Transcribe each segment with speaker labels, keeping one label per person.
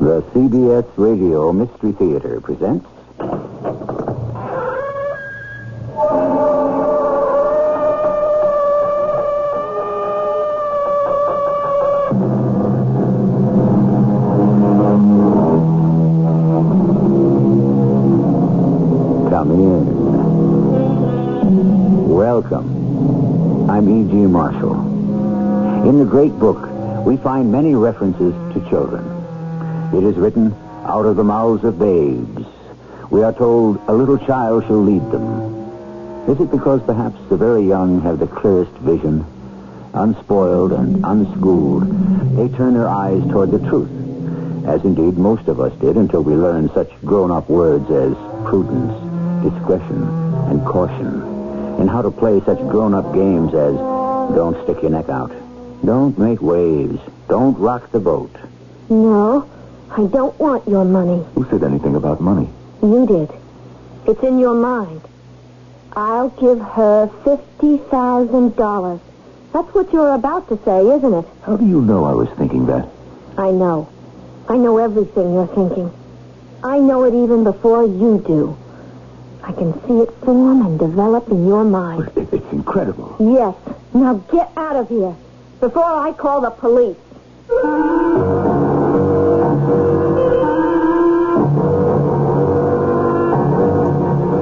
Speaker 1: The CBS Radio Mystery Theater presents. Come in. Welcome. I'm E.G. Marshall. In the great book, we find many references to children. It is written, out of the mouths of babes. We are told, a little child shall lead them. Is it because perhaps the very young have the clearest vision? Unspoiled and unschooled, they turn their eyes toward the truth, as indeed most of us did until we learned such grown up words as prudence, discretion, and caution, and how to play such grown up games as don't stick your neck out, don't make waves, don't rock the boat.
Speaker 2: No, I don't want your money.
Speaker 1: Who said anything about money?
Speaker 2: You did. It's in your mind. I'll give her $50,000. That's what you're about to say, isn't it?
Speaker 1: How do you know I was thinking that?
Speaker 2: I know. I know everything you're thinking. I know it even before you do. I can see it form and develop in your mind.
Speaker 1: It's incredible.
Speaker 2: Yes. Now get out of here before I call the police.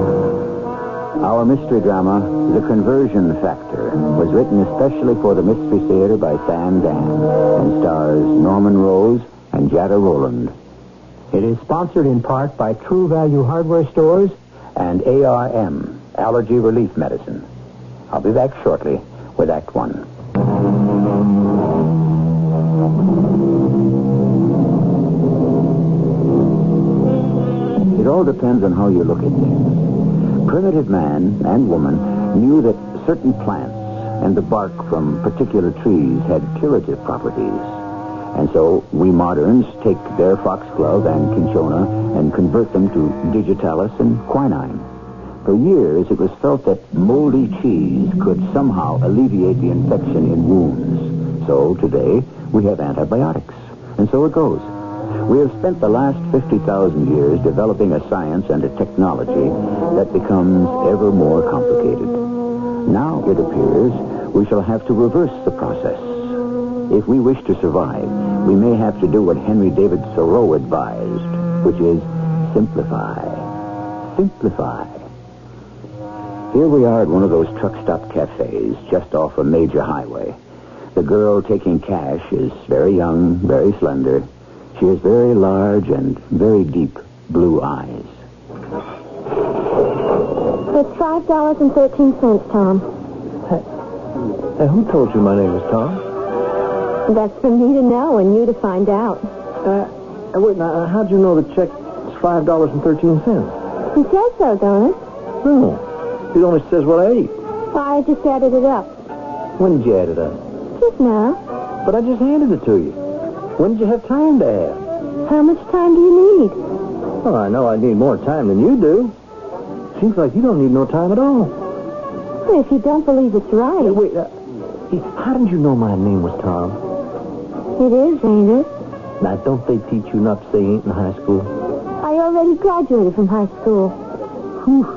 Speaker 1: Our mystery drama, The Conversion Factor, was written especially for the Mystery Theater by Sam Dan and stars Norman Rose and Jada Rowland. It is sponsored in part by True Value Hardware Stores and ARM, Allergy Relief Medicine. I'll be back shortly with Act One. It all depends on how you look at things. Primitive man and woman knew that certain plants and the bark from particular trees had curative properties. And so we moderns take their foxglove and cinchona and convert them to digitalis and quinine. For years, it was felt that moldy cheese could somehow alleviate the infection in wounds. So today, we have antibiotics. And so it goes. We have spent the last 50,000 years developing a science and a technology that becomes ever more complicated. Now, it appears, we shall have to reverse the process. If we wish to survive, we may have to do what Henry David Thoreau advised, which is simplify. Simplify. Here we are at one of those truck stop cafes just off a major highway. The girl taking cash is very young, very slender. She has very large and very deep blue eyes.
Speaker 2: It's $5.13, Tom.
Speaker 3: who told you my name was Tom?
Speaker 2: That's for me to know and you to find out.
Speaker 3: Uh, uh, wait, now, uh, how'd you know the check is five dollars and thirteen cents?
Speaker 2: It says so, don't it?
Speaker 3: No, it only says what I ate.
Speaker 2: Why, I just added it up.
Speaker 3: When did you add it up?
Speaker 2: Just now.
Speaker 3: But I just handed it to you. When did you have time to add?
Speaker 2: How much time do you need?
Speaker 3: Well, I know I need more time than you do. Seems like you don't need no time at all.
Speaker 2: Well, If you don't believe it's right,
Speaker 3: Hey, wait, uh, hey, how did you know my name was Tom?
Speaker 2: it is, ain't it?
Speaker 3: Now, don't they teach you not to say ain't in high school?
Speaker 2: I already graduated from high school.
Speaker 3: Whew,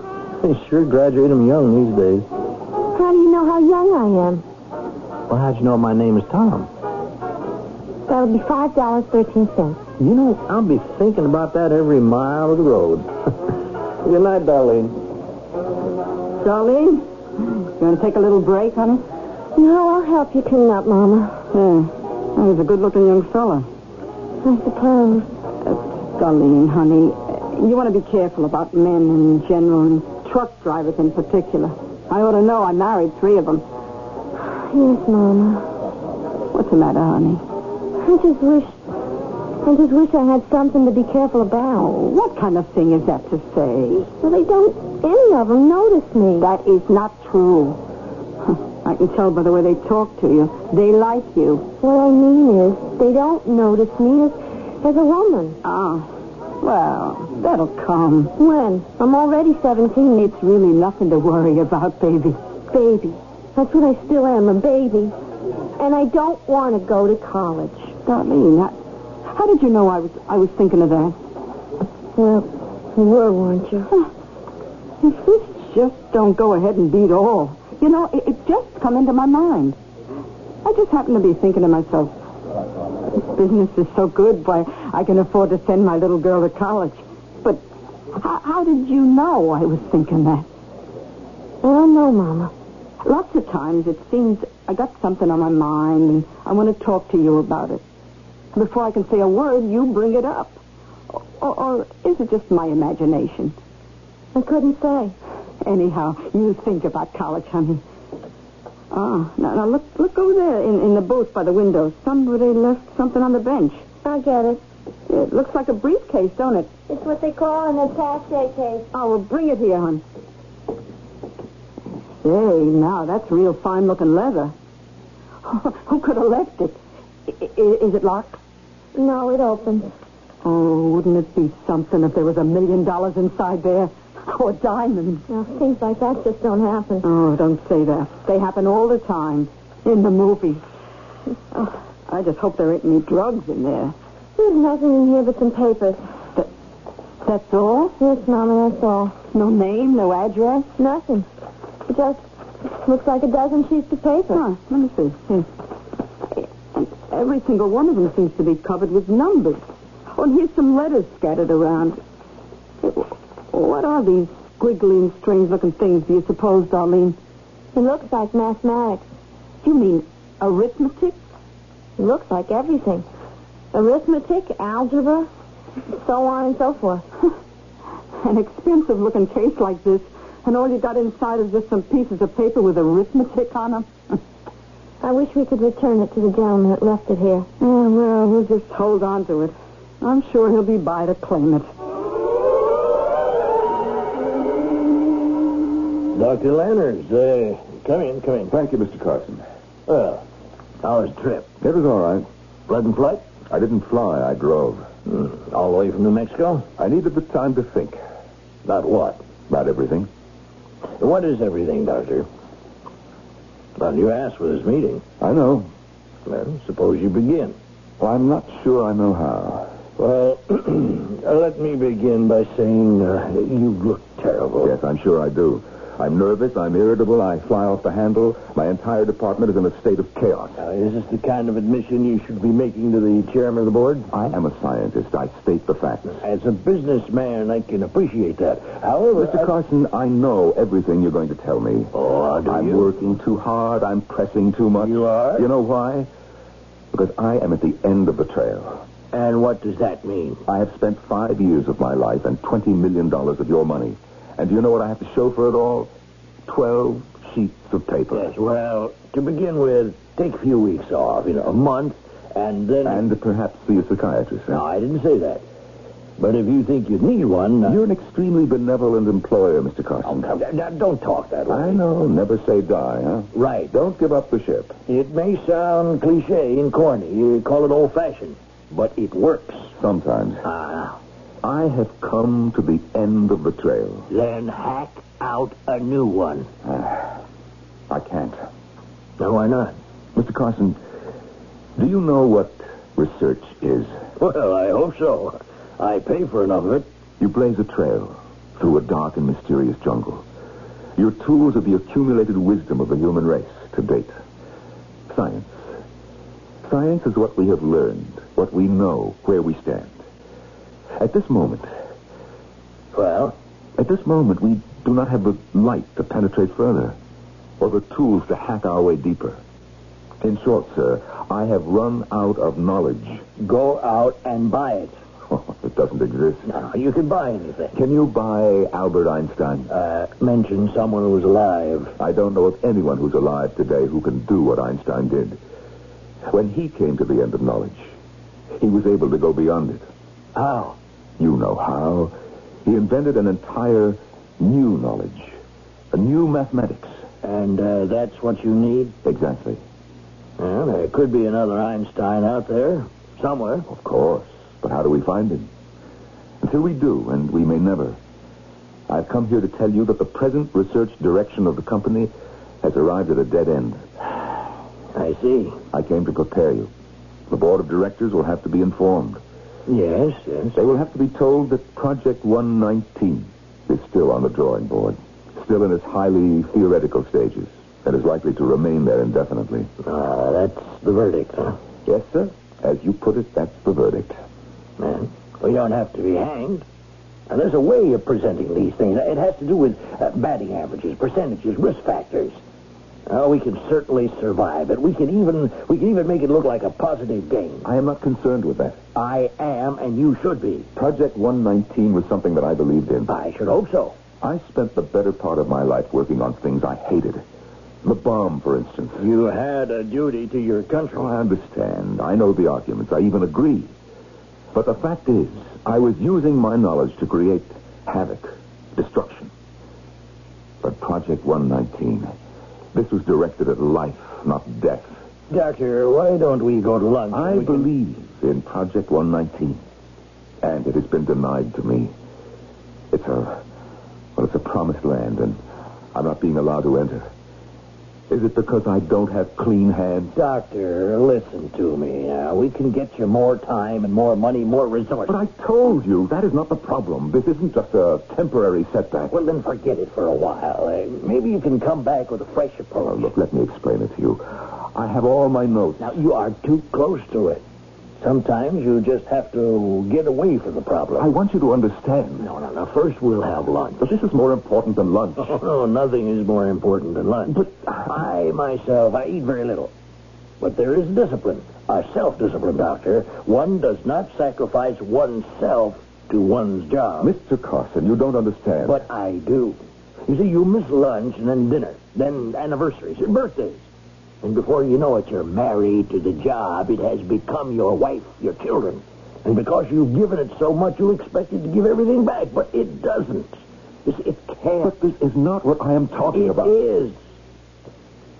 Speaker 3: they sure graduate 'em young these days.
Speaker 2: How do you know how young I am?
Speaker 3: Well, how'd you know my name is Tom?
Speaker 2: That'll be five dollars thirteen cents.
Speaker 3: You know, I'll be thinking about that every mile of the road. Good night, Darlene.
Speaker 4: Darlene, you want to take a little break, honey?
Speaker 2: No, I'll help you clean up, Mama.
Speaker 4: Yeah. Well, he's a good-looking young fella.
Speaker 2: I suppose.
Speaker 4: Uh, Darlene, honey, uh, you want to be careful about men in general and truck drivers in particular. I ought to know. I married three of them.
Speaker 2: Yes, Mama.
Speaker 4: What's the matter, honey?
Speaker 2: I just wish. I just wish I had something to be careful about.
Speaker 4: Oh, what kind of thing is that to say?
Speaker 2: Well, they don't. Any of them notice me.
Speaker 4: That is not true. I can tell by the way they talk to you. They like you.
Speaker 2: What I mean is, they don't notice me as, as a woman.
Speaker 4: Ah, well, that'll come.
Speaker 2: When? I'm already seventeen.
Speaker 4: It's really nothing to worry about, baby.
Speaker 2: baby. That's what I still am, a baby. And I don't want to go to college.
Speaker 4: Darlene, I, How did you know I was I was thinking of that?
Speaker 2: Well, you were, weren't you?
Speaker 4: If this just don't go ahead and beat all. You know, it, it just come into my mind. I just happen to be thinking to myself, this business is so good, why, I can afford to send my little girl to college. But how, how did you know I was thinking that?
Speaker 2: I don't know, Mama.
Speaker 4: Lots of times it seems I got something on my mind and I want to talk to you about it. Before I can say a word, you bring it up. Or, or is it just my imagination?
Speaker 2: I couldn't say.
Speaker 4: Anyhow, you think about college, honey. Ah, now, now look, look over there in, in the booth by the window. Somebody left something on the bench.
Speaker 2: I get it.
Speaker 4: It looks like a briefcase, don't it?
Speaker 2: It's what they call an attaché case.
Speaker 4: Oh, well, bring it here, hon. Hey, now, that's real fine-looking leather. Who could have left it? I- i- is it locked?
Speaker 2: No, it opens.
Speaker 4: Oh, wouldn't it be something if there was a million dollars inside there? Or diamonds?
Speaker 2: Now, things like that just don't happen.
Speaker 4: Oh, don't say that. They happen all the time. In the movies. Oh, I just hope there ain't any drugs in there.
Speaker 2: There's nothing in here but some papers.
Speaker 4: That, that's all?
Speaker 2: Yes, Mama, that's all.
Speaker 4: No name, no address?
Speaker 2: Nothing. It just looks like a dozen sheets of paper.
Speaker 4: Huh, let me see. Here. And every single one of them seems to be covered with numbers. Oh, and here's some letters scattered around. What are these squiggling, strange-looking things, do you suppose, Darlene?
Speaker 2: It looks like mathematics.
Speaker 4: You mean arithmetic?
Speaker 2: It looks like everything. Arithmetic, algebra, so on and so forth.
Speaker 4: An expensive looking case like this, and all you got inside is just some pieces of paper with arithmetic on them.
Speaker 2: I wish we could return it to the gentleman that left it here.
Speaker 4: Yeah, well, we'll just hold on to it. I'm sure he'll be by to claim it.
Speaker 5: Dr. Lanners, uh, come in, come in.
Speaker 1: Thank you, Mr. Carson.
Speaker 5: Well, how was the trip?
Speaker 1: It was all right.
Speaker 5: Blood and flight?
Speaker 1: I didn't fly, I drove.
Speaker 5: Hmm, All the way from New Mexico?
Speaker 1: I needed the time to think
Speaker 5: About what?
Speaker 1: about everything.
Speaker 5: What is everything, Doctor? Well, you asked for this meeting.
Speaker 1: I know.
Speaker 5: Well, suppose you begin.
Speaker 1: Well, I'm not sure I know how.
Speaker 5: Well, uh, let me begin by saying uh, you look terrible.
Speaker 1: Yes, I'm sure I do. I'm nervous, I'm irritable, I fly off the handle. My entire department is in a state of chaos.
Speaker 5: Now, is this the kind of admission you should be making to the chairman of the board?
Speaker 1: I am a scientist. I state the facts.
Speaker 5: As a businessman, I can appreciate that. However,
Speaker 1: Mr. Carson, I know everything you're going to tell me.
Speaker 5: Oh, how do
Speaker 1: I'm
Speaker 5: you?
Speaker 1: working too hard. I'm pressing too much.
Speaker 5: You are?
Speaker 1: You know why? Because I am at the end of the trail.
Speaker 5: And what does that mean?
Speaker 1: I have spent five years of my life and $20 million of your money. And do you know what I have to show for it all? Twelve sheets of paper.
Speaker 5: Yes, well, to begin with, take a few weeks off, you know, a month, and then.
Speaker 1: And perhaps see a psychiatrist.
Speaker 5: No, I didn't say that. But if you think you'd need one. uh,
Speaker 1: You're an extremely benevolent employer, Mr.
Speaker 5: Oh,
Speaker 1: Carson.
Speaker 5: come, d- d- don't talk that way.
Speaker 1: I know. Never say die, huh?
Speaker 5: Right.
Speaker 1: Don't give up the ship.
Speaker 5: It may sound cliche and corny. You call it old fashioned, but it works.
Speaker 1: Sometimes.
Speaker 5: Ah,
Speaker 1: I have come to the end of the trail.
Speaker 5: then hack out a new one.
Speaker 1: I can't.
Speaker 5: Now, why not?
Speaker 1: Mr. Carson, do you know what research is?
Speaker 5: Well, I hope so. I pay for enough of it.
Speaker 1: You blaze a trail through a dark and mysterious jungle. Your tools are the accumulated wisdom of the human race to date. Science. Science is what we have learned, what we know, where we stand. At this moment,
Speaker 5: Well,
Speaker 1: at this moment, we do not have the light to penetrate further or the tools to hack our way deeper. In short, sir, I have run out of knowledge. Oh,
Speaker 5: go out and buy it.
Speaker 1: it doesn't exist.
Speaker 5: No, you can buy anything.
Speaker 1: Can you buy Albert Einstein?
Speaker 5: Uh, mention someone who's alive.
Speaker 1: I don't know of anyone who's alive today who can do what Einstein did. When he came to the end of knowledge, he was able to go beyond it.
Speaker 5: How?
Speaker 1: You know how. He invented an entire new knowledge, a new mathematics.
Speaker 5: And uh, that's what you need?
Speaker 1: Exactly.
Speaker 5: Well, there could be another Einstein out there somewhere.
Speaker 1: Of course. But how do we find him? Until we do, and we may never. I've come here to tell you that the present research direction of the company has arrived at a dead end.
Speaker 5: I see.
Speaker 1: I came to prepare you. The board of directors will have to be informed.
Speaker 5: Yes, yes.
Speaker 1: They will have to be told that Project 119 is still on the drawing board, still in its highly theoretical stages, and is likely to remain there indefinitely.
Speaker 5: Ah, that's the verdict, huh?
Speaker 1: Yes, sir. As you put it, that's the verdict.
Speaker 5: Man, we don't have to be hanged. Now, there's a way of presenting these things. It has to do with uh, batting averages, percentages, risk factors. Oh, we can certainly survive it. We can even we can even make it look like a positive game.
Speaker 1: I am not concerned with that.
Speaker 5: I am, and you should be.
Speaker 1: Project 119 was something that I believed in.
Speaker 5: I should hope so.
Speaker 1: I spent the better part of my life working on things I hated. The bomb, for instance.
Speaker 5: You had a duty to your country.
Speaker 1: Oh, I understand. I know the arguments. I even agree. But the fact is, I was using my knowledge to create havoc, destruction. But Project 119, this was directed at life, not death.
Speaker 5: Doctor, why don't we go to lunch?
Speaker 1: I
Speaker 5: We can-
Speaker 1: believe in Project 119, and it has been denied to me. It's a, well, it's a promised land, and I'm not being allowed to enter. Is it because I don't have clean hands?
Speaker 5: Doctor, listen to me. Now. We can get you more time and more money, more resources.
Speaker 1: But I told you that is not the problem. This isn't just a temporary setback.
Speaker 5: Well, then forget it for a while. Uh, maybe you can come back with a fresh
Speaker 1: Oh,
Speaker 5: approach.
Speaker 1: look, let me explain it to you. I have all my notes.
Speaker 5: Now, you are too close to it. Sometimes you just have to get away from the problem.
Speaker 1: I want you to understand.
Speaker 5: No, no, no. First, we'll have lunch.
Speaker 1: But this is more important than lunch.
Speaker 5: Oh, no, nothing is more important than lunch.
Speaker 1: But-
Speaker 5: I myself, I eat very little. But there is discipline, a self-discipline, Doctor. One does not sacrifice oneself to one's job.
Speaker 1: Mr. Carson, you don't understand.
Speaker 5: But I do. You see, you miss lunch and then dinner, then anniversaries and birthdays. And before you know it, you're married to the job. It has become your wife, your children. And because you've given it so much, you expect it to give everything back. But it doesn't. You see, it can't.
Speaker 1: But this is not what I am talking
Speaker 5: It
Speaker 1: about.
Speaker 5: is.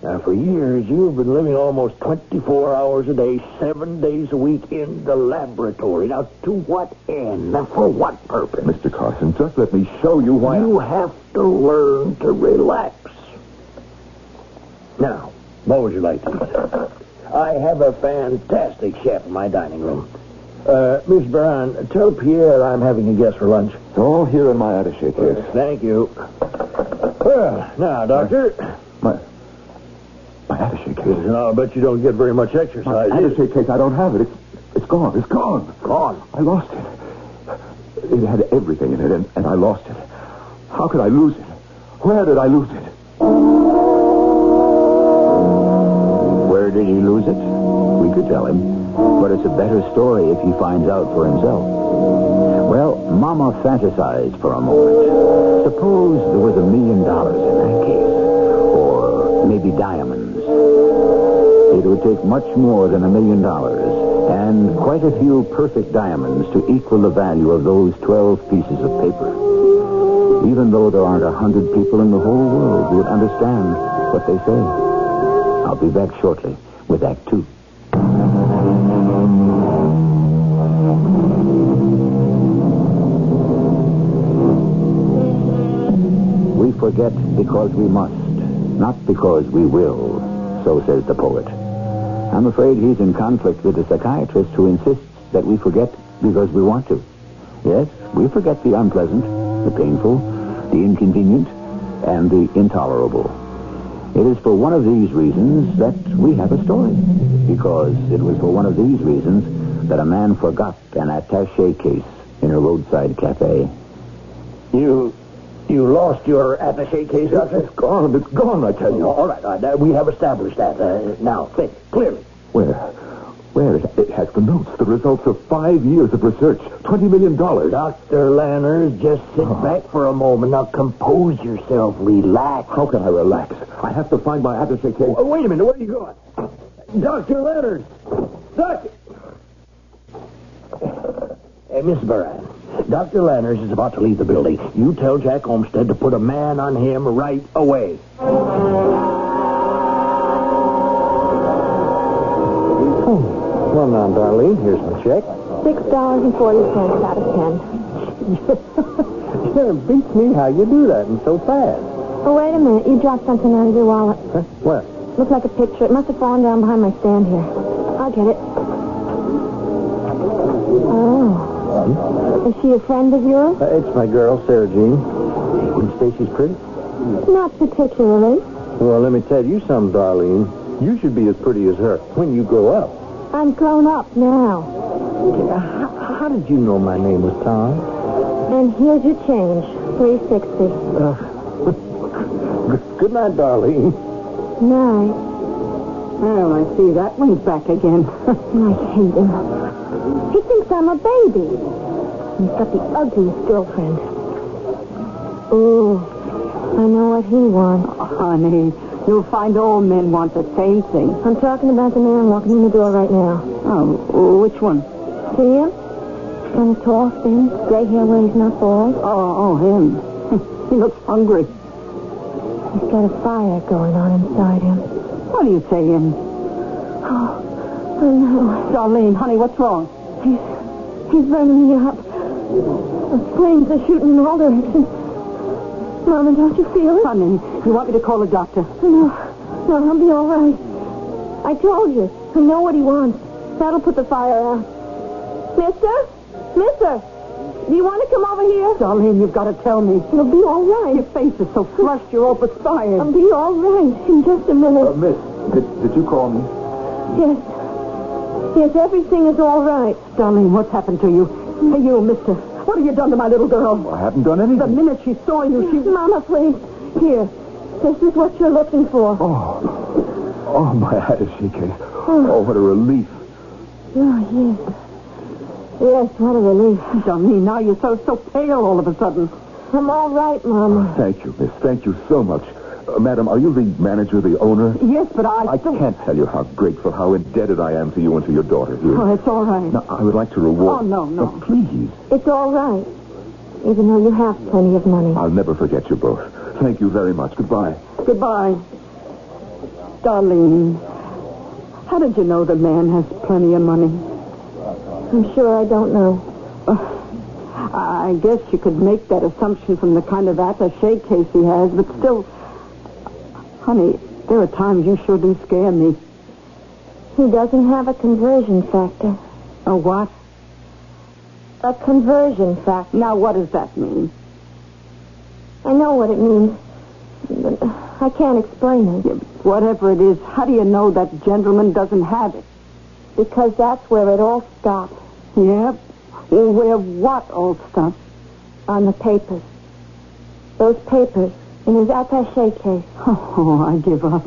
Speaker 5: Now, for years, you've been living almost 24 hours a day, seven days a week in the laboratory. Now, to what end? And for what purpose?
Speaker 1: Mr. Carson, just let me show you why.
Speaker 5: You have to learn to relax. Now, what would you like to eat? I have a fantastic chef in my dining room. Uh, Miss Brown, tell Pierre I'm having a guest for lunch.
Speaker 1: It's all here in my attache case.
Speaker 5: Thank you. Well, now, Doctor.
Speaker 1: My, my attache case.
Speaker 5: No, I bet you don't get very much
Speaker 1: My
Speaker 5: exercise.
Speaker 1: attache case, I don't have it. It's, it's gone. It's gone.
Speaker 5: Gone.
Speaker 1: I lost it. It had everything in it, and, and I lost it. How could I lose it? Where did I lose it?
Speaker 6: Where did he lose it? We could tell him. But it's a better story if he finds out for himself. Well, Mama fantasized for a moment. Suppose there was a million dollars in that case, or maybe diamonds. It would take much more than a million dollars and quite a few perfect diamonds to equal the value of those 12 pieces of paper even though there aren't a hundred people in the whole world who would understand what they say. I'll be back shortly with Act Two. We forget because we must, not because we will, so says the poet. I'm afraid he's in conflict with a psychiatrist who insists that we forget because we want to. Yes, we forget the unpleasant, the painful, the inconvenient, and the intolerable. It is for one of these reasons that we have a story. Because it was for one of these reasons that a man forgot an attache case in a roadside cafe.
Speaker 5: You, you lost your attaché case, Doctor?
Speaker 1: It's gone. It's gone, I tell you.
Speaker 5: All right, all right. We have established that. Uh, now, think clearly.
Speaker 1: Where? Where? It, it has the notes, the results of five years of research, $20 million. Ah.
Speaker 5: Dr. Lanners, just sit back for a moment. Now, compose yourself. Relax.
Speaker 1: How can I relax? I have to find my attache case.
Speaker 5: Oh, wait a minute. Where are you going? Dr. Lanners! Doctor! Hey,
Speaker 1: Uh,
Speaker 5: Miss Baran, Dr. Lanners is about to leave the building. You tell Jack Olmstead to put a man on him right away. Well, now, darling, here's my check.
Speaker 2: Six dollars and forty cents out of ten.
Speaker 5: yeah, it beats me how you do that and so fast.
Speaker 2: Oh, wait a minute. You dropped something out of your wallet.
Speaker 5: Huh? What?
Speaker 2: Looked like a picture. It must have fallen down behind my stand here. I'll get it. Oh. Is she a friend of yours?
Speaker 5: Uh, it's my girl, Sarah Jean. Would you say she's pretty?
Speaker 2: Not particularly.
Speaker 5: Well, let me tell you something, Darlene. You should be as pretty as her when you grow up.
Speaker 2: I'm grown up now.
Speaker 5: How, how did you know my name was Tom?
Speaker 2: And here's your change. 360.
Speaker 5: Good- Good night, Darlene.
Speaker 2: Nice.
Speaker 4: Well, I see that one's back again.
Speaker 2: I hate him. He thinks I'm a baby. He's got the ugliest girlfriend. Ooh, I know what he wants.
Speaker 4: Honey, you'll find all men want the same thing.
Speaker 2: I'm talking about the man walking in the door right now.
Speaker 4: Oh, which one?
Speaker 2: See him? Kind of tall, thin, gray hair where he's not bald.
Speaker 4: Oh, oh, him. he looks hungry.
Speaker 2: He's got a fire going on inside him.
Speaker 4: What do you say, him?
Speaker 2: Oh, no.
Speaker 4: Darlene, honey, what's wrong?
Speaker 2: He's, he's burning me up. The flames are shooting in all directions. Mama, don't you feel it?
Speaker 4: Honey, you want me to call a doctor?
Speaker 2: No, no, I'll be all right. I told you. I know what he wants. That'll put the fire out. Mister? Mister? Do you want to come over here?
Speaker 4: Darlene, you've got to tell me.
Speaker 2: It'll be all
Speaker 4: Your
Speaker 2: right.
Speaker 4: face is so flushed, you're all perspired.
Speaker 2: I'll be all right in just a minute.
Speaker 1: miss, did, did you call me?
Speaker 2: yes. Yes, everything is all right.
Speaker 4: Darlene, what's happened to you? Hey, you, mister, what have you done to my little girl?
Speaker 1: I haven't done anything.
Speaker 4: The minute she saw you, she...
Speaker 2: Mama, please. Here. This is what you're looking for.
Speaker 1: Oh, oh, my hat is shaking. Oh, what a relief.
Speaker 2: Oh, yes. Yes, what a relief.
Speaker 4: Darlene, now you're so, so pale all of a sudden.
Speaker 2: I'm all right, Mama.
Speaker 1: Thank you, miss. Thank you so much. Uh, madam, are you the manager, the owner?
Speaker 4: Yes, but I...
Speaker 1: I can't tell you how grateful, how indebted I am to you and to your daughter. You-
Speaker 4: Oh, it's all right.
Speaker 1: Now, I would like to reward.
Speaker 4: Oh, no, no.
Speaker 1: Oh, please.
Speaker 2: It's all right. Even though you have plenty of money.
Speaker 1: I'll never forget you both. Thank you very much. Goodbye.
Speaker 4: Goodbye. Darlene, how did you know the man has plenty of money? Uh,
Speaker 2: I'm sure I don't know.
Speaker 4: I guess you could make that assumption from the kind of attache case he has, but still, honey, there are times you sure do scare me.
Speaker 2: He doesn't have a conversion factor.
Speaker 4: Oh, what?
Speaker 2: A conversion factor.
Speaker 4: Now, what does that mean?
Speaker 2: I know what it means, but I can't explain it
Speaker 4: Yeah, Whatever it is, how do you know that gentleman doesn't have it?
Speaker 2: because that's where it all stops
Speaker 4: Yep. Well, Where what all stuff?
Speaker 2: on the papers. Those papers in his attache case.
Speaker 4: Oh, I give up.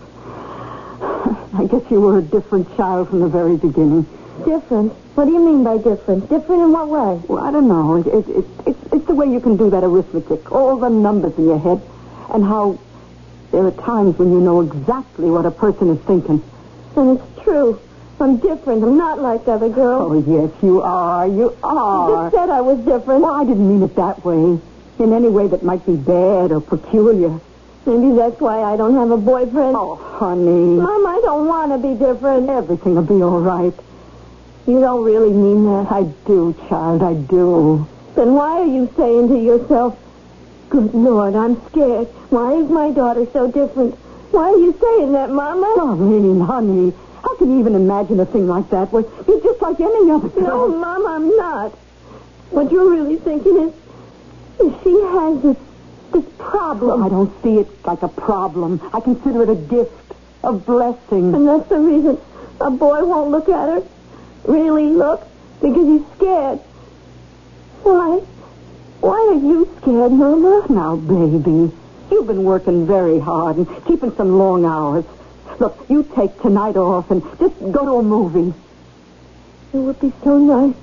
Speaker 4: I guess you were a different child from the very beginning.
Speaker 2: Different? What do you mean by different? Different in what way?
Speaker 4: Well, I don't know. It, it, it, it's, it's the way you can do that arithmetic, all the numbers in your head, and how there are times when you know exactly what a person is thinking.
Speaker 2: And it's true. I'm different. I'm not like other
Speaker 4: Oh,
Speaker 2: girls.
Speaker 4: yes, you are. You
Speaker 2: you
Speaker 4: are.
Speaker 2: just said I was different.
Speaker 4: Well, I didn't mean it that way. In any way that might be bad or peculiar.
Speaker 2: Maybe that's why I don't have a boyfriend.
Speaker 4: Oh, honey.
Speaker 2: Mom, I don't want to be different.
Speaker 4: Everything will be all right.
Speaker 2: You don't really mean that.
Speaker 4: I do, child, I do.
Speaker 2: Then why are you saying to yourself, Good Lord, I'm scared. Why is my daughter so different? Why are you saying that, Mama?
Speaker 4: Darlene, honey, how can you even imagine a thing like that? Well, you're just like any other
Speaker 2: No,
Speaker 4: girl.
Speaker 2: Mom, I'm not. What you're really thinking is, if she has this, this problem,
Speaker 4: I don't see it like a problem. I consider it a gift, a blessing.
Speaker 2: and that's the reason a boy won't look at her, really look, because he's scared. Why? Why are you scared, Mama?
Speaker 4: Now, baby, you've been working very hard and keeping some long hours. Look, you take tonight off and just go to a movie.
Speaker 2: It would be so nice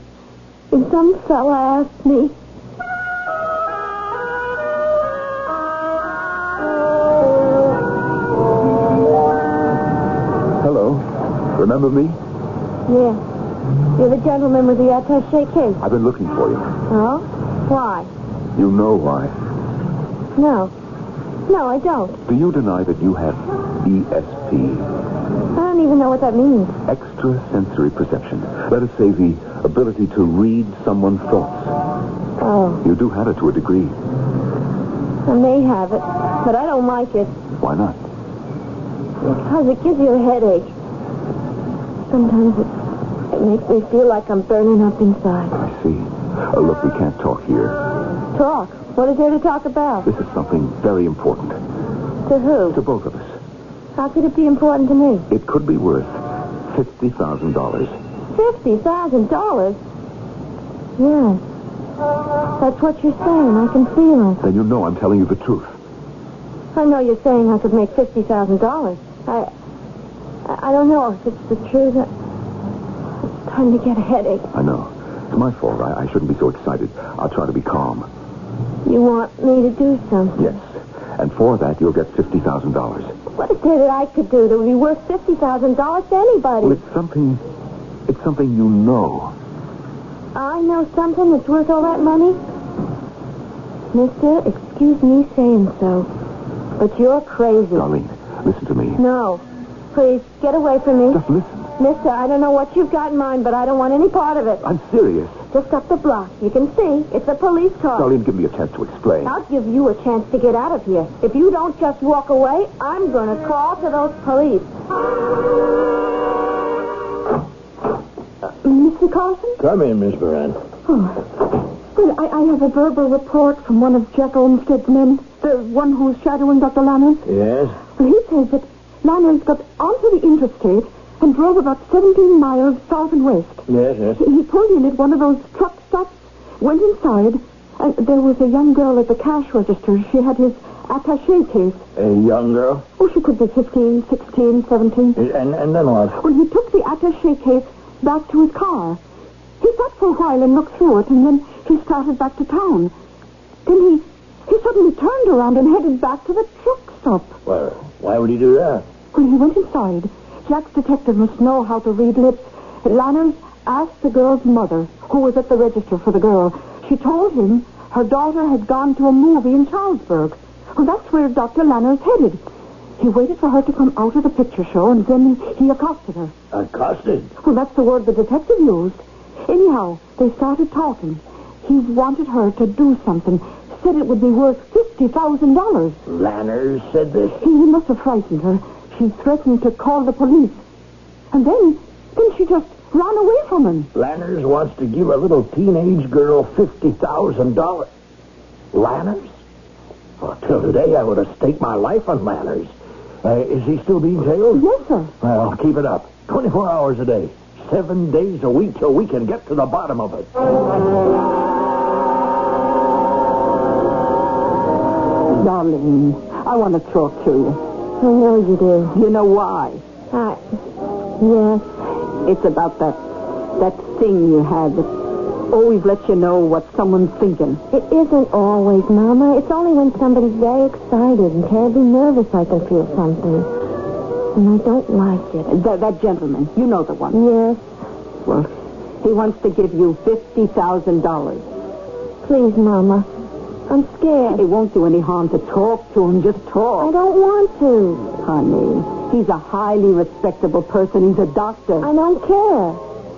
Speaker 2: if some fella asked me.
Speaker 1: Hello. Remember me?
Speaker 2: Yes. You're the gentleman with the attache case.
Speaker 1: I've been looking for you.
Speaker 2: Oh? Why?
Speaker 1: You know why.
Speaker 2: No. No, I don't.
Speaker 1: Do you deny that you have E ESP,
Speaker 2: I don't even know what that means.
Speaker 1: extrasensory perception? Let us say the ability to read someone's thoughts.
Speaker 2: Oh,
Speaker 1: You do have it to a degree.
Speaker 2: I may have it, but I don't like it
Speaker 1: Why not?
Speaker 2: because it gives you a headache. Sometimes it It makes me feel like I'm burning up inside.
Speaker 1: I see. Uh, look, we can't talk here.
Speaker 2: Talk. What is there to talk about?
Speaker 1: This is something very important
Speaker 2: To
Speaker 1: to
Speaker 2: who?
Speaker 1: both of us.
Speaker 2: How could it be important to me?
Speaker 1: It could be worth fifty thousand dollars.
Speaker 2: Fifty thousand dollars? Yes. That's what you're saying. I can feel it.
Speaker 1: Then you know I'm telling you the truth.
Speaker 2: I know you're saying I could make fifty thousand dollars. I, I I don't know if it's the truth. I- I'm starting to get a headache.
Speaker 1: I know. It's my fault. I, I shouldn't be so excited. I'll try to be calm.
Speaker 2: You want me to do something?
Speaker 1: Yes. And for that, you'll get fifty thousand dollars.
Speaker 2: What is there that I could do that would be worth fifty thousand dollars to anybody?
Speaker 1: Well, it's something. It's something you know.
Speaker 2: I know something that's worth all that money? Mister, excuse me saying so, but you're crazy.
Speaker 1: Darlene, listen to me.
Speaker 2: No. Please, get away from me.
Speaker 1: Just listen.
Speaker 2: Mister, I don't know what you've got in mind, but I don't want any part of it.
Speaker 1: I'm serious.
Speaker 2: Just up the block. You can see. It's a police car.
Speaker 1: Darlene, give me a chance to explain.
Speaker 2: I'll give you a chance to get out of here. If you don't just walk away, I'm going to call to those police. Uh, Mr. Carson?
Speaker 5: Come in, Miss Moran.
Speaker 4: Oh, Good. I, I have a verbal report from one of Jack Olmsted's men, the one who's shadowing Dr. Lanner.
Speaker 5: Yes?
Speaker 4: He says that Lanner's got onto the interstate and drove about 17 miles south and west.
Speaker 5: Yes, yes.
Speaker 4: He pulled in at one of those truck stops, went inside, and there was a young girl at the cash register. She had his attaché case.
Speaker 5: A young girl?
Speaker 4: Oh, she could be 15, 16, 17.
Speaker 5: And, and then what?
Speaker 4: Well, he took the attaché case back to his car. He sat for a while and looked through it, and then he started back to town. Then he, he suddenly turned around and headed back to the truck stop.
Speaker 5: Well, why would he do that?
Speaker 4: When he went inside, Jack's detective must know how to read lips. Lanners asked the girl's mother, who was at the register for the girl. She told him her daughter had gone to a movie in Charlesburg. Well, that's where Dr. Lanners headed. He waited for her to come out of the picture show, and then he accosted her.
Speaker 5: Accosted?
Speaker 4: Well, that's the word the detective used. Anyhow, they started talking. He wanted her to do something, said it would be worth $50,000.
Speaker 5: Lanners said this?
Speaker 4: He must have frightened her. She threatened to call the police. And then, then she just ran away from him.
Speaker 5: Lanners wants to give a little teenage girl $50,000. Lanners? Well, till today, I would have staked my life on Lanners. Uh, is he still being jailed?
Speaker 4: Yes, sir.
Speaker 5: Well, keep it up. 24 hours a day, seven days a week till we can get to the bottom of it.
Speaker 4: Darling, I want to talk to you.
Speaker 2: I know Oh, you do.
Speaker 4: You know why?
Speaker 2: I... Yes.
Speaker 4: It's about that, that thing you had that always lets you know what someone's thinking.
Speaker 2: It isn't always, Mama. It's only when somebody's very excited and terribly nervous I can feel something. And I don't like it.
Speaker 4: That, that gentleman, you know the one.
Speaker 2: Yes.
Speaker 4: Well, he wants to give you $50,000.
Speaker 2: Please, Mama. I'm scared.
Speaker 4: It won't do any harm to talk to him. Just
Speaker 2: I
Speaker 4: talk.
Speaker 2: don't want to.
Speaker 4: Honey, he's a highly respectable person. He's a doctor.
Speaker 2: I don't care.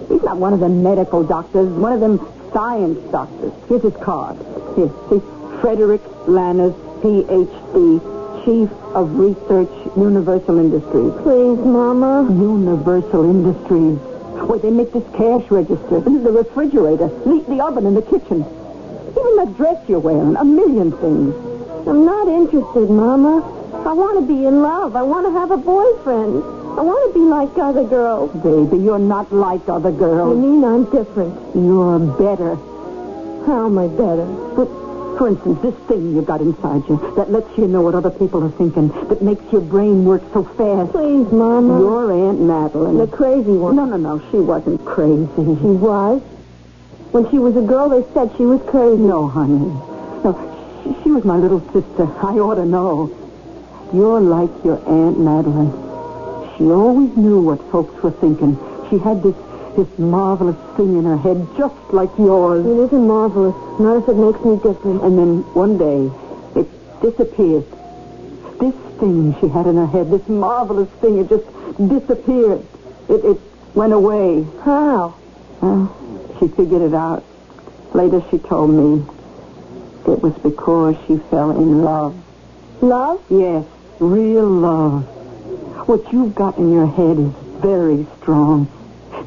Speaker 4: He's not one of them medical doctors, one of them science doctors. Here's his card. Here, see? Frederick Lanners, Ph.D., Chief of Research, Universal Industries.
Speaker 2: Please, Mama.
Speaker 4: Universal Industries. Where they make this cash register, the refrigerator, the, the oven in the kitchen. Even that dress you're wearing, a million things.
Speaker 2: I'm not interested, Mama. I want to be in love. I want to have a boyfriend. I want to be like other girls.
Speaker 4: Baby, you're not like other
Speaker 2: You
Speaker 4: girls.
Speaker 2: mean I'm different?
Speaker 4: You're better.
Speaker 2: How am I better?
Speaker 4: For, for instance, this thing you got inside you that lets you know what other people are thinking, that makes your brain work so fast.
Speaker 2: Please, Mama.
Speaker 4: Your Aunt Madeline.
Speaker 2: the crazy one.
Speaker 4: No, no, no. She wasn't crazy.
Speaker 2: She was. When she was a girl, they said she was crazy.
Speaker 4: No, honey. No, she, she was my little sister. I ought to know. You're like your Aunt Madeline. She always knew what folks were thinking. She had this this marvelous thing in her head, just like yours.
Speaker 2: It isn't marvelous. Not if it makes me different.
Speaker 4: And then one day, it disappeared. This thing she had in her head, this marvelous thing, it just disappeared. It, it went away.
Speaker 2: How?
Speaker 4: Well, she figured it out. Later she told me it was because she fell in love.
Speaker 2: Love?
Speaker 4: Yes, real love. What you've got in your head is very strong.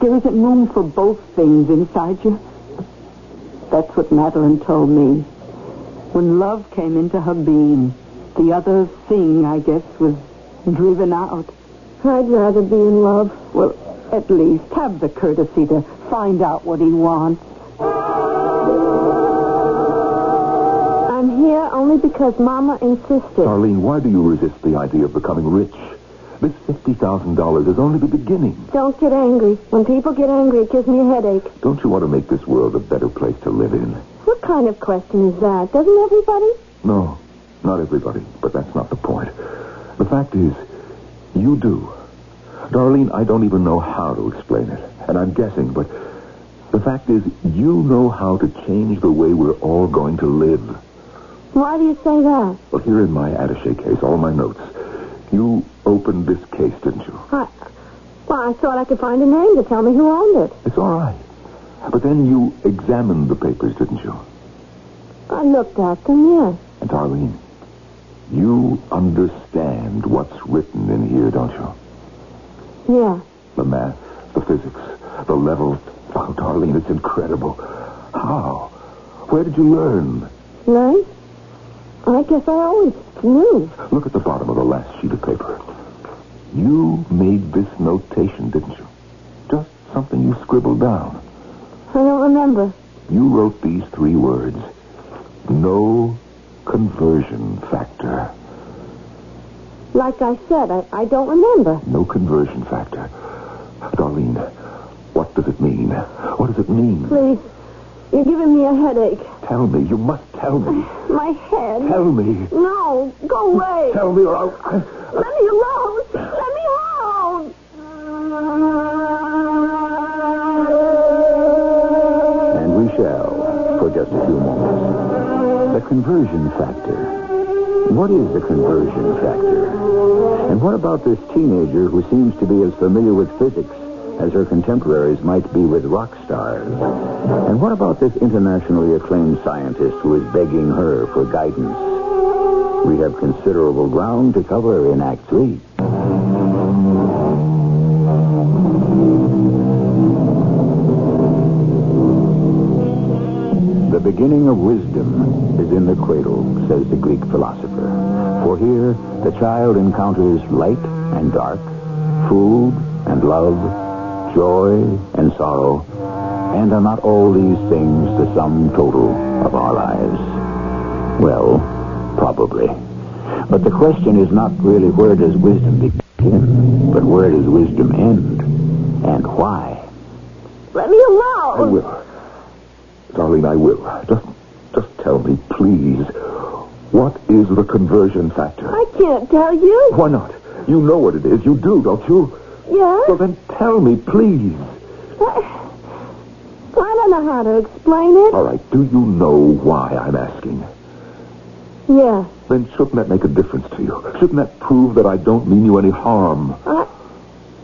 Speaker 4: There isn't room for both things inside you. That's what Madeline told me. When love came into her being, the other thing, I guess, was driven out.
Speaker 2: I'd rather be in love.
Speaker 4: Well, at least have the courtesy to find out what he wants.
Speaker 2: I'm here only because Mama insisted.
Speaker 1: Darlene, why do you resist the idea of becoming rich? This $50,000 is only the beginning.
Speaker 2: Don't get angry. When people get angry, it gives me a headache.
Speaker 1: Don't you want to make this world a better place to live in?
Speaker 2: What kind of question is that? Doesn't everybody?
Speaker 1: No, not everybody, but that's not the point. The fact is, you do. Darlene, I don't even know how to explain it, and I'm guessing, but the fact is, you know how to change the way we're all going to live.
Speaker 2: Why do you say that?
Speaker 1: Well, here in my attache case, all my notes. You opened this case, didn't you?
Speaker 2: I, well, I thought I could find a name to tell me who owned it.
Speaker 1: It's all right. But then you examined the papers, didn't you?
Speaker 2: I looked at them, yes.
Speaker 1: And Darlene, you understand what's written in here, don't you?
Speaker 2: Yeah.
Speaker 1: The math, the physics, the levels. Oh, Darlene, it's incredible. How? Where did you learn?
Speaker 2: Learn? I guess I always knew.
Speaker 1: Look at the bottom of the last sheet of paper. You made this notation, didn't you? Just something you scribbled down.
Speaker 2: I don't remember.
Speaker 1: You wrote these three words. No conversion factor.
Speaker 2: Like I said, I, I don't remember.
Speaker 1: No conversion factor. Darlene, what does it mean? What does it mean?
Speaker 2: Please, you're giving me a headache.
Speaker 1: Tell me. You must tell me.
Speaker 2: My head.
Speaker 1: Tell me.
Speaker 2: No, go away.
Speaker 1: Tell me or I'll...
Speaker 2: Let me alone. Let me alone.
Speaker 5: And we shall for just a few moments. The conversion factor. What is the conversion factor? And what about this teenager who seems to be as familiar with physics as her contemporaries might be with rock stars? And what about this internationally acclaimed scientist who is begging her for guidance? We have considerable ground to cover in Act Three. The beginning of wisdom is in the cradle, says the Greek philosopher. For here, the child encounters light and dark, food and love, joy and sorrow, and are not all these things the sum total of our lives? Well, probably. But the question is not really where does wisdom begin, but where does wisdom end, and why?
Speaker 2: Let me
Speaker 1: I
Speaker 2: alone.
Speaker 1: will. Darling, I will. Just just tell me, please. What is the conversion factor?
Speaker 2: I can't tell you.
Speaker 1: Why not? You know what it is. You do, don't you? Well,
Speaker 2: Yes?
Speaker 1: then tell me, please.
Speaker 2: I, I don't know how to explain it.
Speaker 1: All right, do you know why I'm asking?
Speaker 2: Yeah.
Speaker 1: Then shouldn't that make a difference to you? Shouldn't that prove that I don't mean you any harm?
Speaker 2: I,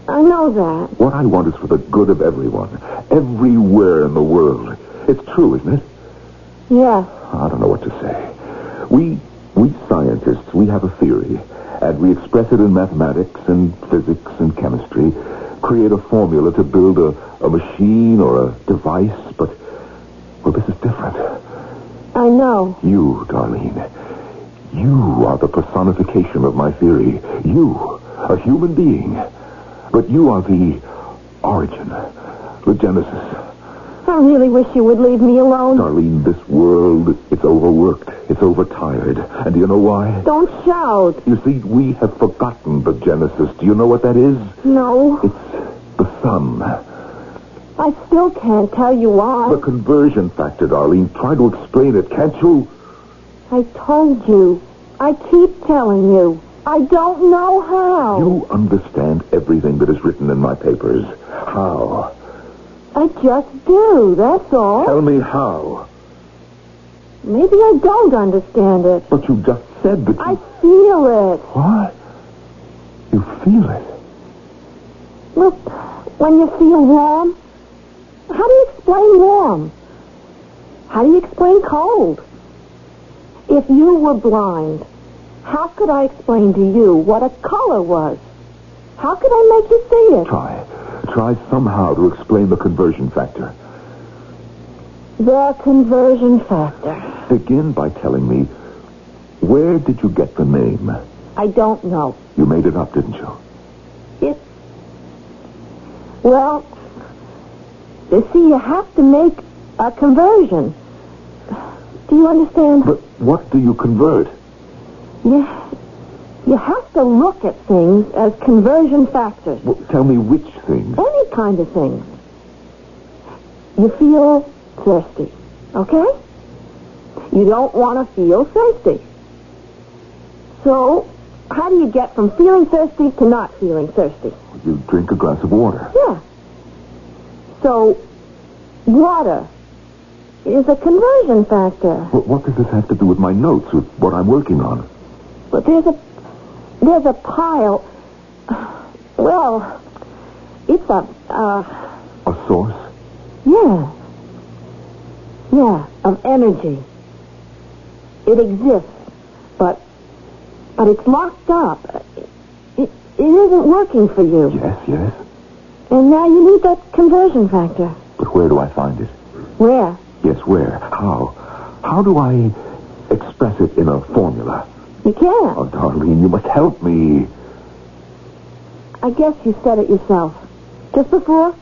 Speaker 2: I know that.
Speaker 1: What I want is for the good of everyone, everywhere in the world. It's true, isn't it?
Speaker 2: Yeah.
Speaker 1: I don't know what to say. We, we scientists, we have a theory, and we express it in mathematics and physics and chemistry, create a formula to build a, a machine or a device, but, well, this is different.
Speaker 2: I know.
Speaker 1: You, Darlene, you are the personification of my theory. You, a human being. But you are the origin, the genesis,
Speaker 2: I really wish you would leave me alone.
Speaker 1: Darlene, this world, it's overworked. It's overtired. And do you know why?
Speaker 2: Don't shout.
Speaker 1: You see, we have forgotten the Genesis. Do you know what that is?
Speaker 2: No.
Speaker 1: It's the sun.
Speaker 2: I still can't tell you
Speaker 1: The
Speaker 2: why.
Speaker 1: conversion factor, Darlene. Try to explain it, can't you?
Speaker 2: I told you. I keep telling you. I don't know how.
Speaker 1: You understand everything that is written in my papers. How?
Speaker 2: I just do, that's all.
Speaker 1: Tell me how.
Speaker 2: Maybe I don't understand it.
Speaker 1: But you just said that
Speaker 2: I
Speaker 1: you...
Speaker 2: feel it.
Speaker 1: What? You feel it.
Speaker 2: Look, when you feel warm, how do you explain warm? How do you explain cold? If you were blind, how could I explain to you what a color was? How could I make you see it?
Speaker 1: Try. try somehow to explain the conversion factor.
Speaker 2: The conversion factor.
Speaker 1: Begin by telling me, where did you get the name?
Speaker 2: I don't know.
Speaker 1: You made it up, didn't you?
Speaker 2: It's. Well, you see, you have to make a conversion. Do you understand?
Speaker 1: But what do you convert?
Speaker 2: You, you have to look at things as conversion factors,
Speaker 1: Well, tell me which things.
Speaker 2: any kind of things. You feel thirsty, okay? You don't want to feel thirsty. So, how do you get from feeling thirsty to not feeling thirsty?
Speaker 1: You drink a glass of water.
Speaker 2: Yeah. So, water is a conversion factor.
Speaker 1: Well, what does this have to do with my notes, with what I'm working on?
Speaker 2: But there's a there's a pile. Well, it's a uh,
Speaker 1: A source?
Speaker 2: yeah, yeah of energy. It exists, but but it's locked up. It, it isn't working for you,
Speaker 1: Yes, yes.
Speaker 2: and now you need that conversion factor.
Speaker 1: But where do I find it?
Speaker 2: Where?
Speaker 1: Yes, where? How? How do I express it in a formula?
Speaker 2: You can't.
Speaker 1: Oh, Darlene, you must help me.
Speaker 2: I guess you said it yourself. Just before,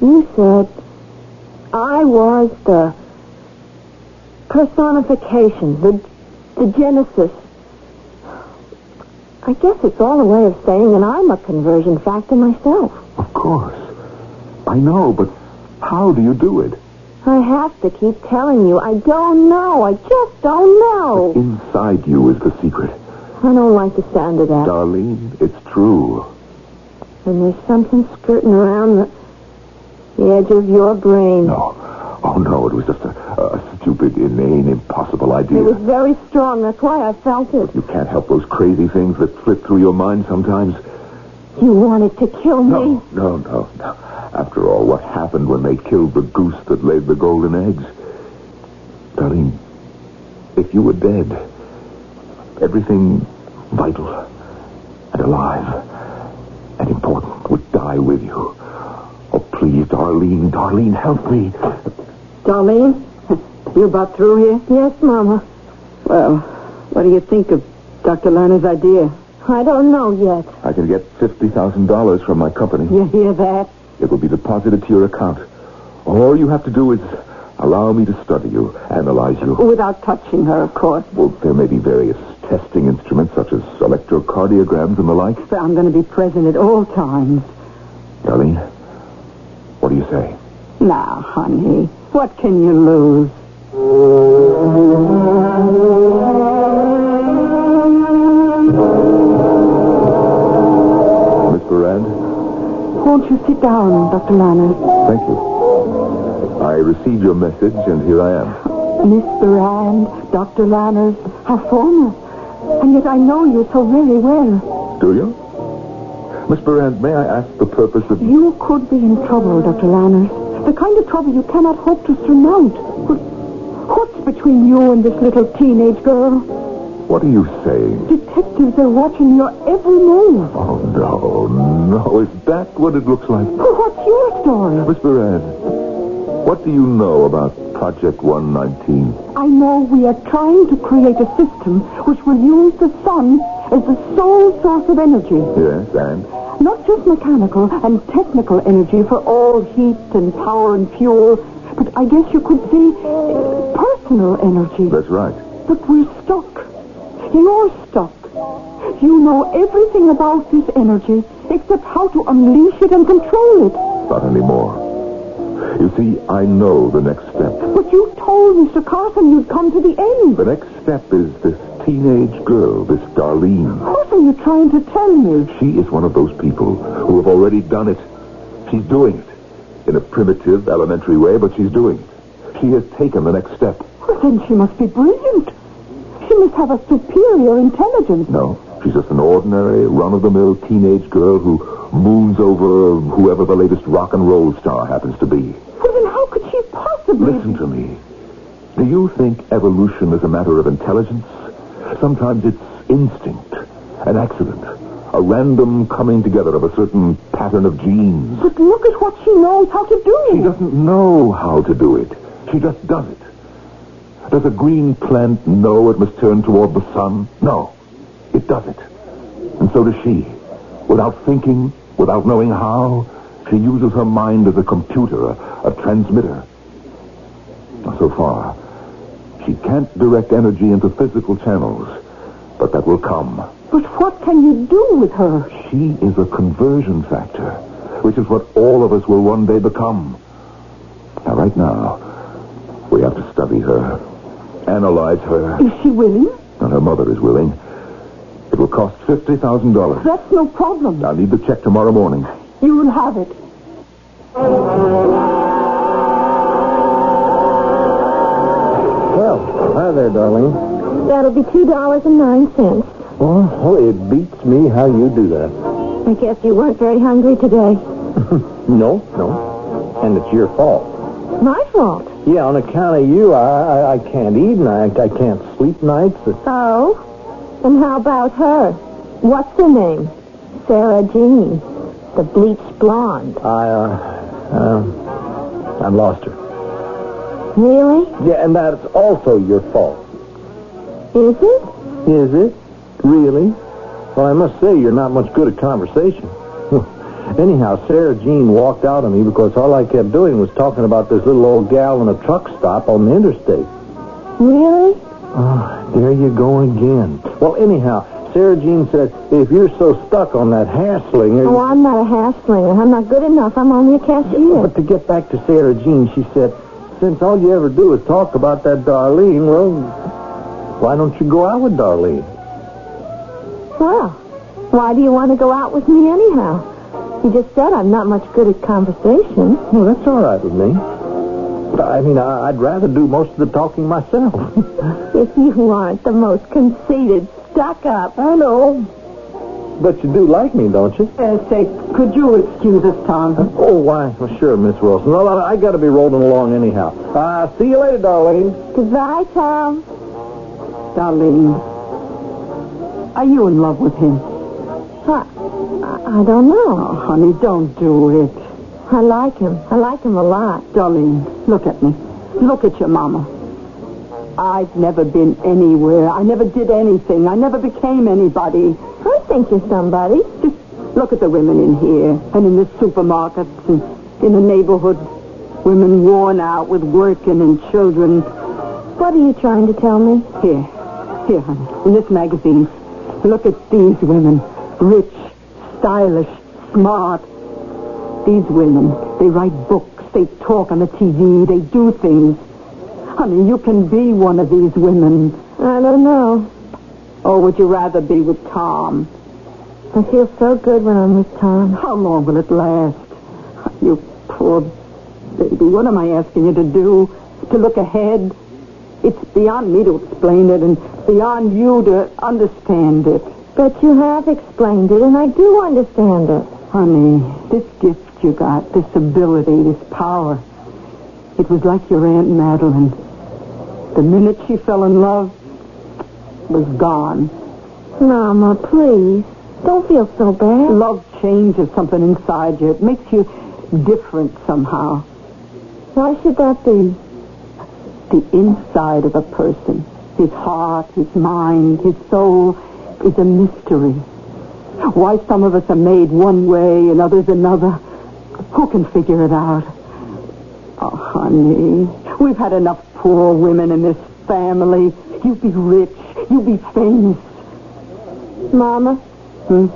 Speaker 2: you said I was the personification, the, the genesis. I guess it's all a way of saying that I'm a conversion factor myself.
Speaker 1: Of course. I know, but how do you do it?
Speaker 2: I have to keep telling you. I don't know. I just don't know.
Speaker 1: Inside you is the secret.
Speaker 2: I don't like the sound of that.
Speaker 1: Darlene, it's true.
Speaker 2: And there's something skirting around the, the edge of your brain.
Speaker 1: No. Oh, no, it was just a, a stupid, inane, impossible idea.
Speaker 2: It was very strong. That's why I felt it.
Speaker 1: You can't help those crazy things that slip through your mind sometimes.
Speaker 2: You wanted to kill me.
Speaker 1: No, no, no, no. After all, what happened when they killed the goose that laid the golden eggs? Darlene, if you were dead, everything vital and alive and important would die with you. Oh, please, Darlene, Darlene, help me.
Speaker 4: Darlene, you about through here?
Speaker 2: Yes, Mama.
Speaker 4: Well, what do you think of Dr. Lerner's idea?
Speaker 2: I don't know yet.
Speaker 1: I can get $50,000 from my company.
Speaker 4: You hear that?
Speaker 1: It will be deposited to your account. All you have to do is allow me to study you, analyze you.
Speaker 4: Without touching her, of course.
Speaker 1: Well, there may be various testing instruments such as electrocardiograms and the like.
Speaker 4: But I'm going to be present at all times.
Speaker 1: Darlene, what do you say?
Speaker 4: Now, honey, what can you lose?
Speaker 1: Miss Barand,
Speaker 4: Won't you sit down, Dr. Lerner?
Speaker 1: thank you. I received your message, and here I am.
Speaker 4: Miss Durand, Dr. Lerner, how formal. And yet I know you so very well.
Speaker 1: Do you? Miss Barand, may I ask the purpose of...
Speaker 4: You could be in trouble, Dr. Lerner. The kind of trouble you cannot hope to surmount. What- What's between you and this little teenage girl?
Speaker 1: What are you saying?
Speaker 4: Detectives are watching your every move.
Speaker 1: Oh, no, no. Is that what it looks like?
Speaker 4: Well, What's your story?
Speaker 1: Miss Barand, what do you know about Project 119?
Speaker 4: I know we are trying to create a system which will use the sun as the sole source of energy.
Speaker 1: Yes, and?
Speaker 4: Not just mechanical and technical energy for all heat and power and fuel, but I guess you could say uh, personal energy.
Speaker 1: That's right.
Speaker 4: But we're stuck. You're stuck. You know everything about this energy except how to unleash it and control it.
Speaker 1: Not anymore. You see, I know the next step.
Speaker 4: But you told Mr. Carson you'd come to the end.
Speaker 1: The next step is this teenage girl, this Darlene.
Speaker 4: What are you trying to tell me?
Speaker 1: She is one of those people who have already done it. She's doing it. In a primitive, elementary way, but she's doing it. She has taken the next step.
Speaker 4: Well, then she must be brilliant. She must have a superior intelligence.
Speaker 1: No, she's just an ordinary, run-of-the-mill teenage girl who moons over whoever the latest rock and roll star happens to be.
Speaker 4: Well, then how could she possibly...
Speaker 1: Listen to me. Do you think evolution is a matter of intelligence? Sometimes it's instinct, an accident, a random coming together of a certain pattern of genes.
Speaker 2: But look at what she knows how to do.
Speaker 1: She doesn't know how to do it. She just does it. Does a green plant know it must turn toward the sun? No. It does it. And so does she. Without thinking, without knowing how, she uses her mind as a computer, a, a transmitter. So far, she can't direct energy into physical channels, but that will come.
Speaker 2: But what can you do with her?
Speaker 1: She is a conversion factor, which is what all of us will one day become. Now, right now, we have to study her, analyze her,
Speaker 2: Is she willing?
Speaker 1: and her mother is willing. It will cost $50,000.
Speaker 2: That's no problem.
Speaker 1: I'll need the check tomorrow morning.
Speaker 2: You'll have it.
Speaker 5: Well, hi there, darling.
Speaker 2: That'll be two dollars and nine cents.
Speaker 5: Oh, it beats me how you do that.
Speaker 2: I guess you weren't very hungry today.
Speaker 5: No, no. And it's your fault.
Speaker 2: My fault.
Speaker 5: Yeah, on account of you, I, I, I can't eat and I, I can't sleep nights.
Speaker 2: Oh? And how about her? What's her name? Sarah Jean. The bleached blonde.
Speaker 5: I, uh, um, I lost her.
Speaker 2: Really?
Speaker 5: Yeah, and that's also your fault.
Speaker 2: Is it?
Speaker 5: Is it? Really? Well, I must say you're not much good at conversation. Anyhow, Sarah Jean walked out on me because all I kept doing was talking about this little old gal in a truck stop on the interstate.
Speaker 2: Really?
Speaker 5: Ah, there you go again. Well, anyhow, Sarah Jean said, if you're so stuck on that hair slinger...
Speaker 2: Oh, I'm not a half slinger. I'm not good enough. I'm only a cashier.
Speaker 5: But to get back to Sarah Jean, she said, since all you ever do is talk about that Darlene, well, why don't you go out with Darlene?
Speaker 2: Well, why do you want to go out with me anyhow? You just said I'm not much good at conversation.
Speaker 5: Well, that's all right with me. I mean, I, I'd rather do most of the talking myself.
Speaker 2: If you aren't the most conceited, stuck up. I know.
Speaker 5: but you do like me, don't you?
Speaker 4: Uh, say, could you excuse us, Tom?
Speaker 5: Oh, why? Well, sure, Miss Wilson. Well, I, I got to be rolling along anyhow. Uh, see you later, Darlene.
Speaker 2: Goodbye, Tom.
Speaker 4: Darlene, are you in love with him?
Speaker 2: Huh. I, I don't know.
Speaker 4: Oh, honey, don't do it.
Speaker 2: I like him. I like him a lot.
Speaker 4: Darlene, look at me. Look at your mama. I've never been anywhere. I never did anything. I never became anybody.
Speaker 2: I think you're somebody.
Speaker 4: Just look at the women in here and in the supermarkets and in the neighborhood. Women worn out with working and children.
Speaker 2: What are you trying to tell me?
Speaker 4: Here, here, honey, in this magazine. Look at these women. Rich, stylish, smart. These women, they write books, they talk on the TV, they do things. Honey, you can be one of these women.
Speaker 2: I don't know.
Speaker 4: Or would you rather be with Tom?
Speaker 2: I feel so good when I'm with Tom.
Speaker 4: How long will it last? You poor baby. What am I asking you to do? To look ahead? It's beyond me to explain it and beyond you to understand it.
Speaker 2: But you have explained it, and I do understand it.
Speaker 4: Honey, this gift you got, this ability, this power, it was like your Aunt Madeline. The minute she fell in love, it was gone.
Speaker 2: Mama, please. Don't feel so bad.
Speaker 4: Love changes something inside you. It makes you different somehow.
Speaker 2: Why should that be?
Speaker 4: The inside of a person, his heart, his mind, his soul, is a mystery. Why some of us are made one way and others another, who can figure it out? Oh, honey, we've had enough poor women in this family. You be rich, you be famous.
Speaker 2: Mama,
Speaker 4: Hmm?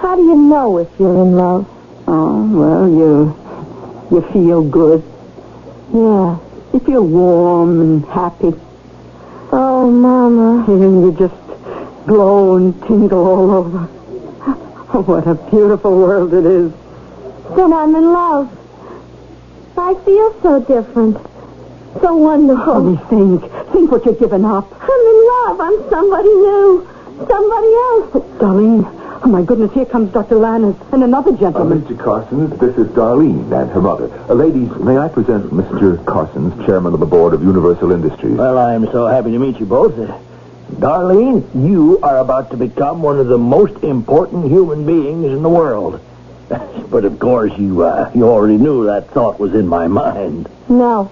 Speaker 2: how do you know if you're in love?
Speaker 4: Oh, well, you, you feel good.
Speaker 2: Yeah.
Speaker 4: You feel warm and happy.
Speaker 2: Oh, Mama.
Speaker 4: And you just glow and tingle all over. Oh, what a beautiful world it is.
Speaker 2: Then I'm in love. I feel so different. So wonderful.
Speaker 4: Honey, think. Think what you're giving up.
Speaker 2: I'm in love. I'm somebody new. Somebody else.
Speaker 4: Darling, oh my goodness, here comes Dr. Lannis and another
Speaker 1: Uh,
Speaker 4: gentleman.
Speaker 1: Mr. Carson, this is Darlene and her mother. Uh, ladies, may I present Mr. Carson, chairman of the board of Universal Industries?
Speaker 5: Well, I'm so happy to meet you both.
Speaker 7: Uh, Darlene, you are about to become one of the most important human beings in the world. But of course, you uh, you already knew that thought was in my mind.
Speaker 8: No.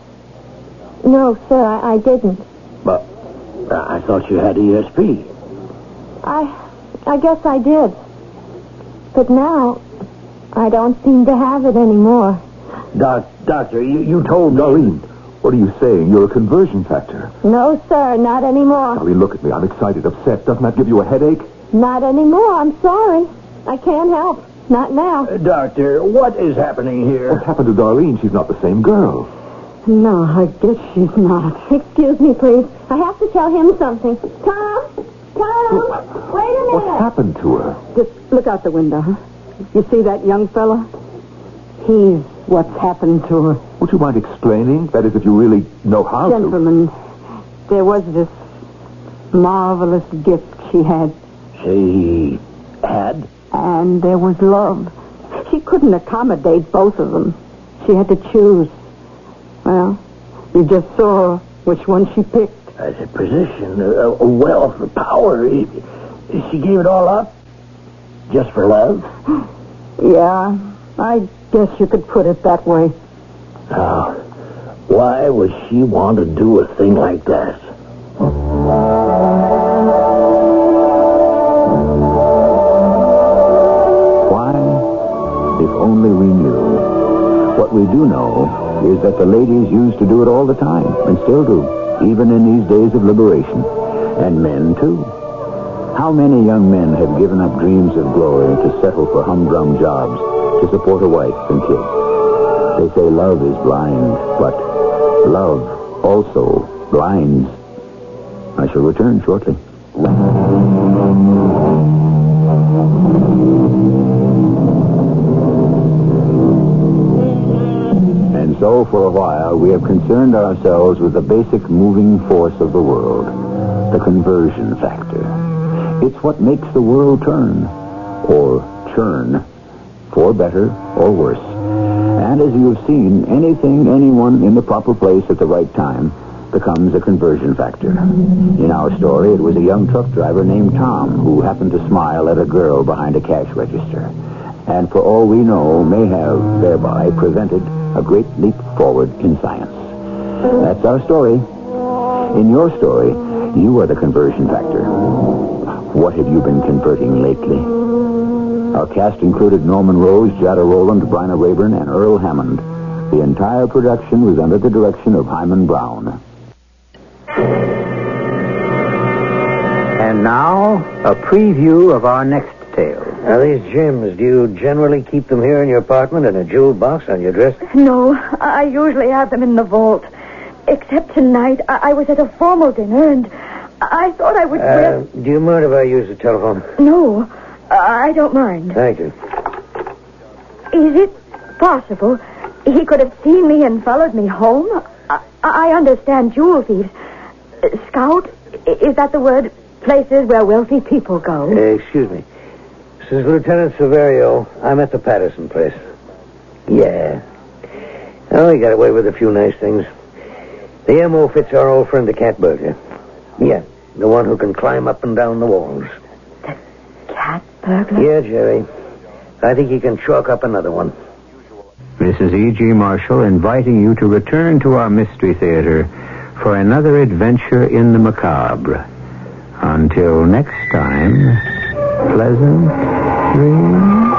Speaker 8: No, sir, I, I didn't.
Speaker 7: But uh, I thought you had E ESP.
Speaker 8: I, I guess I did. But now, I don't seem to have it anymore.
Speaker 7: Doc, doctor, you, you told
Speaker 1: Darlene, what are you saying? You're a conversion factor.
Speaker 8: No, sir, not anymore.
Speaker 1: Darlene, look at me. I'm excited, upset. Doesn't that give you a headache?
Speaker 8: Not anymore. I'm sorry. I can't help. Not now.
Speaker 7: Doctor, what is happening
Speaker 1: What's
Speaker 7: here?
Speaker 1: happened to Darlene? She's not the same girl.
Speaker 4: No, I guess she's not.
Speaker 8: Excuse me, please. I have to tell him something. Tom! Tom! Wait a
Speaker 1: What's
Speaker 8: minute!
Speaker 1: happened to her?
Speaker 2: Uh-huh.
Speaker 4: Just look out the window, huh? You see that young fella? He's what's happened to her.
Speaker 1: Would you mind explaining? That is, if you really know
Speaker 2: Oh,
Speaker 1: how to.
Speaker 4: Gentlemen, there was this marvelous gift she had,
Speaker 7: She had?
Speaker 4: and there was love. She couldn't accommodate both of them. She had to choose. Well, you just saw which one she picked.
Speaker 7: As a position, a, a wealth, a power. i- i- She gave it all up? Just for love?
Speaker 4: Yeah, I guess you could put it that way.
Speaker 7: Now, why would she want to do a thing like that?
Speaker 5: Why? If only we knew. What we do know is that the ladies used to do it all the time, and still do, even in these days of liberation. And men, too. How many young men have given up dreams of glory to settle for humdrum jobs, to support a wife and kids? They say love is blind, but love also blinds. I shall return shortly. And so, for a while, we have concerned ourselves with the basic moving force of the world, the conversion factor. It's what makes the world turn, or churn, for better or worse. And as you have seen, anything, anyone in the proper place at the right time becomes a conversion factor. In our story, it was a young truck driver named Tom who happened to smile at a girl behind a cash register and for all we know, may have thereby prevented a great leap forward in science. That's our story. In your story, you are the conversion factor. What have you been converting lately? Our cast included Norman Rose, Jada Rowland, Bryna Rayburn, and Earl Hammond. The entire production was under the direction of Hyman Brown. And now, a preview of our next tale.
Speaker 7: Now, these gems, do you generally keep them here in your apartment in a jeweled box on your dresser?
Speaker 2: No, I usually have them in the vault. Except tonight, I, I was at a formal dinner and I thought I would. wear-
Speaker 7: do you mind if I use the telephone?
Speaker 2: No, I don't mind.
Speaker 7: Thank you.
Speaker 2: Is it possible he could have seen me and followed me home? I, I understand jewel thieves. Uh, Scout, i- is that the word? Places where wealthy people go.
Speaker 7: Uh, excuse me. This is Lieutenant Severio. I'm at the Patterson place. Yeah. Oh, he got away with a few nice things. The M.O. fits our old friend the Catburglar. Yeah, the one who can climb up and down the walls.
Speaker 2: Cat burglar?
Speaker 7: Yeah, Jerry. I think he can chalk up another one.
Speaker 5: Mrs. E.G. E Marshall inviting you to return to our Mystery Theater for another adventure in the macabre. Until next time, pleasant dreams.